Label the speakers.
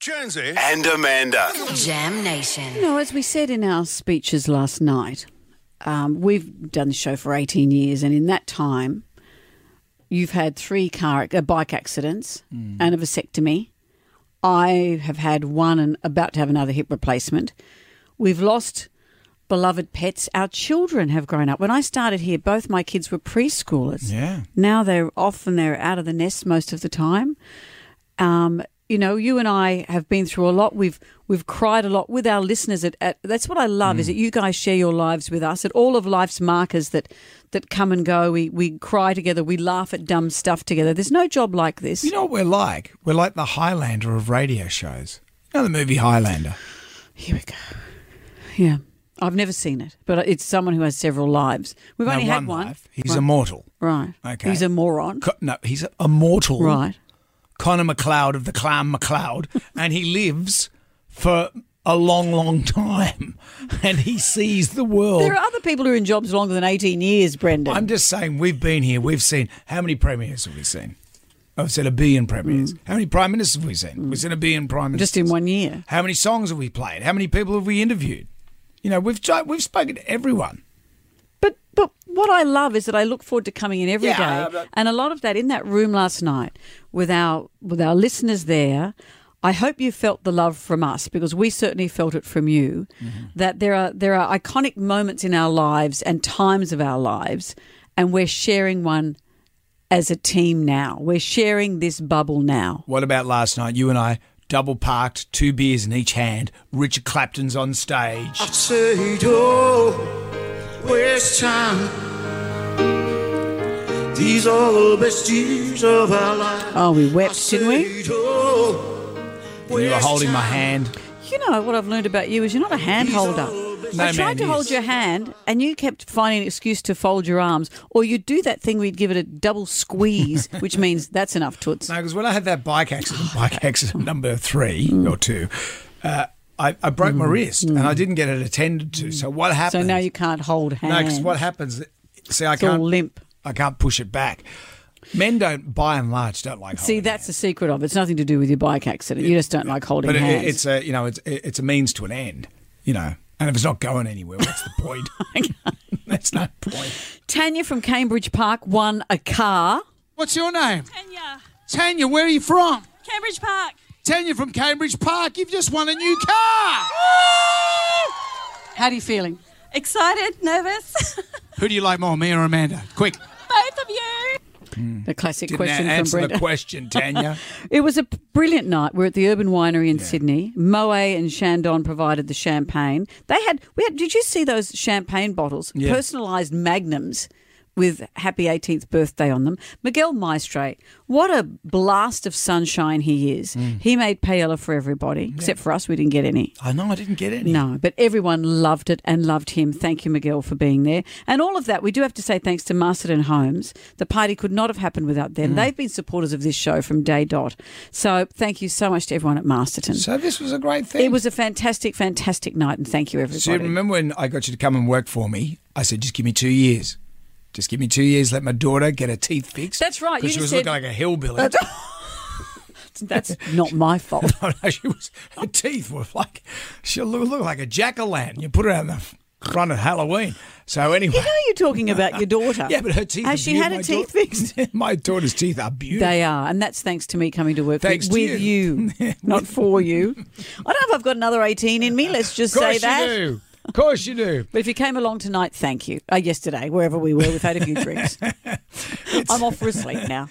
Speaker 1: Jonesy.
Speaker 2: and Amanda.
Speaker 3: Jam Nation.
Speaker 4: No, as we said in our speeches last night, um, we've done the show for 18 years, and in that time, you've had three car uh, bike accidents and a vasectomy. I have had one and about to have another hip replacement. We've lost beloved pets. Our children have grown up. When I started here, both my kids were preschoolers.
Speaker 5: Yeah.
Speaker 4: Now they're off and they're out of the nest most of the time. Um, you know, you and I have been through a lot. We've we've cried a lot with our listeners. At, at that's what I love is that you guys share your lives with us at all of life's markers that that come and go. We we cry together. We laugh at dumb stuff together. There's no job like this.
Speaker 5: You know what we're like? We're like the Highlander of radio shows. You know the movie Highlander?
Speaker 4: Here we go. Yeah, I've never seen it, but it's someone who has several lives. We've
Speaker 5: No,
Speaker 4: only had one.
Speaker 5: life. He's immortal.
Speaker 4: Right.
Speaker 5: Okay.
Speaker 4: He's a moron.
Speaker 5: Co- no, he's immortal.
Speaker 4: Right.
Speaker 5: Connor McLeod of the Clan McLeod, and he lives for a long, long time, and he sees the world.
Speaker 4: There are other people who are in jobs longer than 18 years, Brendan.
Speaker 5: I'm just saying, we've been here, we've seen how many premiers have we seen? I've said a billion premiers. How many prime ministers have we seen? We've seen a billion prime ministers.
Speaker 4: Mm. Just in one year.
Speaker 5: How many songs have we played? How many people have we interviewed? You know, we've tri- we've spoken to everyone.
Speaker 4: But but what I love is that I look forward to coming in every day,
Speaker 5: Yeah, but-
Speaker 4: and a lot of that in that room last night with our with our listeners there. I hope you felt the love from us because we certainly felt it from you. That there are there are iconic moments in our lives and times of our lives, and we're sharing one as a team now. We're sharing this bubble now.
Speaker 5: What about last night? You and I double parked, two beers in each hand. Richard Clapton's on stage.
Speaker 6: said, oh, waste time. These are the best years of our life.
Speaker 4: Oh, we wept, didn't we?
Speaker 6: Said, "Oh,
Speaker 5: And you were
Speaker 6: waste
Speaker 5: holding my
Speaker 6: time."
Speaker 5: hand.
Speaker 4: You know what I've learned about you is you're not a hand holder. I
Speaker 5: man
Speaker 4: tried to
Speaker 5: is.
Speaker 4: hold your hand, and you kept finding an excuse to fold your arms, or you'd do that thing where you'd give it a double squeeze, which means that's enough toots.
Speaker 5: No, because when I had that bike
Speaker 4: Oh,
Speaker 5: accident, bike accident number three or two, uh, I, I broke my wrist and I didn't get it attended to. So what
Speaker 4: Mm. so
Speaker 5: happened?
Speaker 4: now you can't hold
Speaker 5: No,
Speaker 4: hands.
Speaker 5: because what happens? See, I
Speaker 4: It's all
Speaker 5: can't Oh,
Speaker 4: limp.
Speaker 5: I can't push it back. Men don't, by and large, don't like.
Speaker 4: See,
Speaker 5: holding
Speaker 4: that's the secret of it. It's nothing to do with your bike accident. You just don't like holding
Speaker 5: but it-
Speaker 4: hands.
Speaker 5: it, it's a you know it's it- it's a means to an end, you know. And if it's not going anywhere, what's the point? That's no point.
Speaker 4: Tanya from Cambridge Park won a car.
Speaker 7: What's your name?
Speaker 8: Kenya,
Speaker 7: Tanya, where are you from?
Speaker 8: Cambridge Park.
Speaker 7: Tanya from Cambridge Park. You've just won a new car.
Speaker 4: How are you feeling?
Speaker 8: Excited, nervous.
Speaker 7: Who do you like more, me or Amanda? Quick.
Speaker 8: Both of you.
Speaker 4: The classic
Speaker 5: Hmm. Didn't
Speaker 4: question from
Speaker 5: answer
Speaker 4: Brenda.
Speaker 5: the question, Tanya.
Speaker 4: It was a p- brilliant night. We're at the Urban Winery in Sydney. Moe and Shandon provided the champagne. They had we had. Did you see those champagne bottles,
Speaker 5: Yeah.
Speaker 4: personalised magnums? With happy 18th birthday on them. Miguel Maestre, what a blast of sunshine he is. He made paella for everybody, except for us. We didn't get any.
Speaker 5: I know I didn't get any.
Speaker 4: No, but everyone loved it and loved him. Thank you, Miguel, for being there. And all of that, we do have to say thanks to Masterton Homes. The party could not have happened without them.
Speaker 5: Mm.
Speaker 4: They've been supporters of this show from day dot. So thank you so much to everyone at Masterton.
Speaker 5: So this was a great thing.
Speaker 4: it was a fantastic, fantastic night, and thank you, everybody.
Speaker 5: So you remember when I got you to come and work for me? I said, just give me two years. Just give me two years. Let my daughter get her teeth fixed.
Speaker 4: That's right, you
Speaker 5: Because she
Speaker 4: just
Speaker 5: was
Speaker 4: said-
Speaker 5: looking like a hillbilly.
Speaker 4: That's not my fault.
Speaker 5: No, no, she was. Her teeth were like she looked look like a jack o' lantern. You put her out in the front of Halloween. So anyway,
Speaker 4: You know you're talking about your daughter.
Speaker 5: yeah, but her teeth.
Speaker 4: Uh, Has
Speaker 5: are
Speaker 4: she
Speaker 5: beaut-
Speaker 4: had
Speaker 5: my
Speaker 4: her teeth
Speaker 5: daugh-
Speaker 4: fixed?
Speaker 5: my daughter's teeth are beautiful.
Speaker 4: They are, and that's thanks to me coming to work
Speaker 5: Thanks to
Speaker 4: with, with you,
Speaker 5: you.
Speaker 4: not for you. I don't know if I've got another 18 in me. Let's just
Speaker 5: of course
Speaker 4: say that.
Speaker 5: you do. Of course you do.
Speaker 4: But if you came along tonight, thank you. Uh, yesterday, wherever we were, we've had a few drinks. I'm off for a sleep now.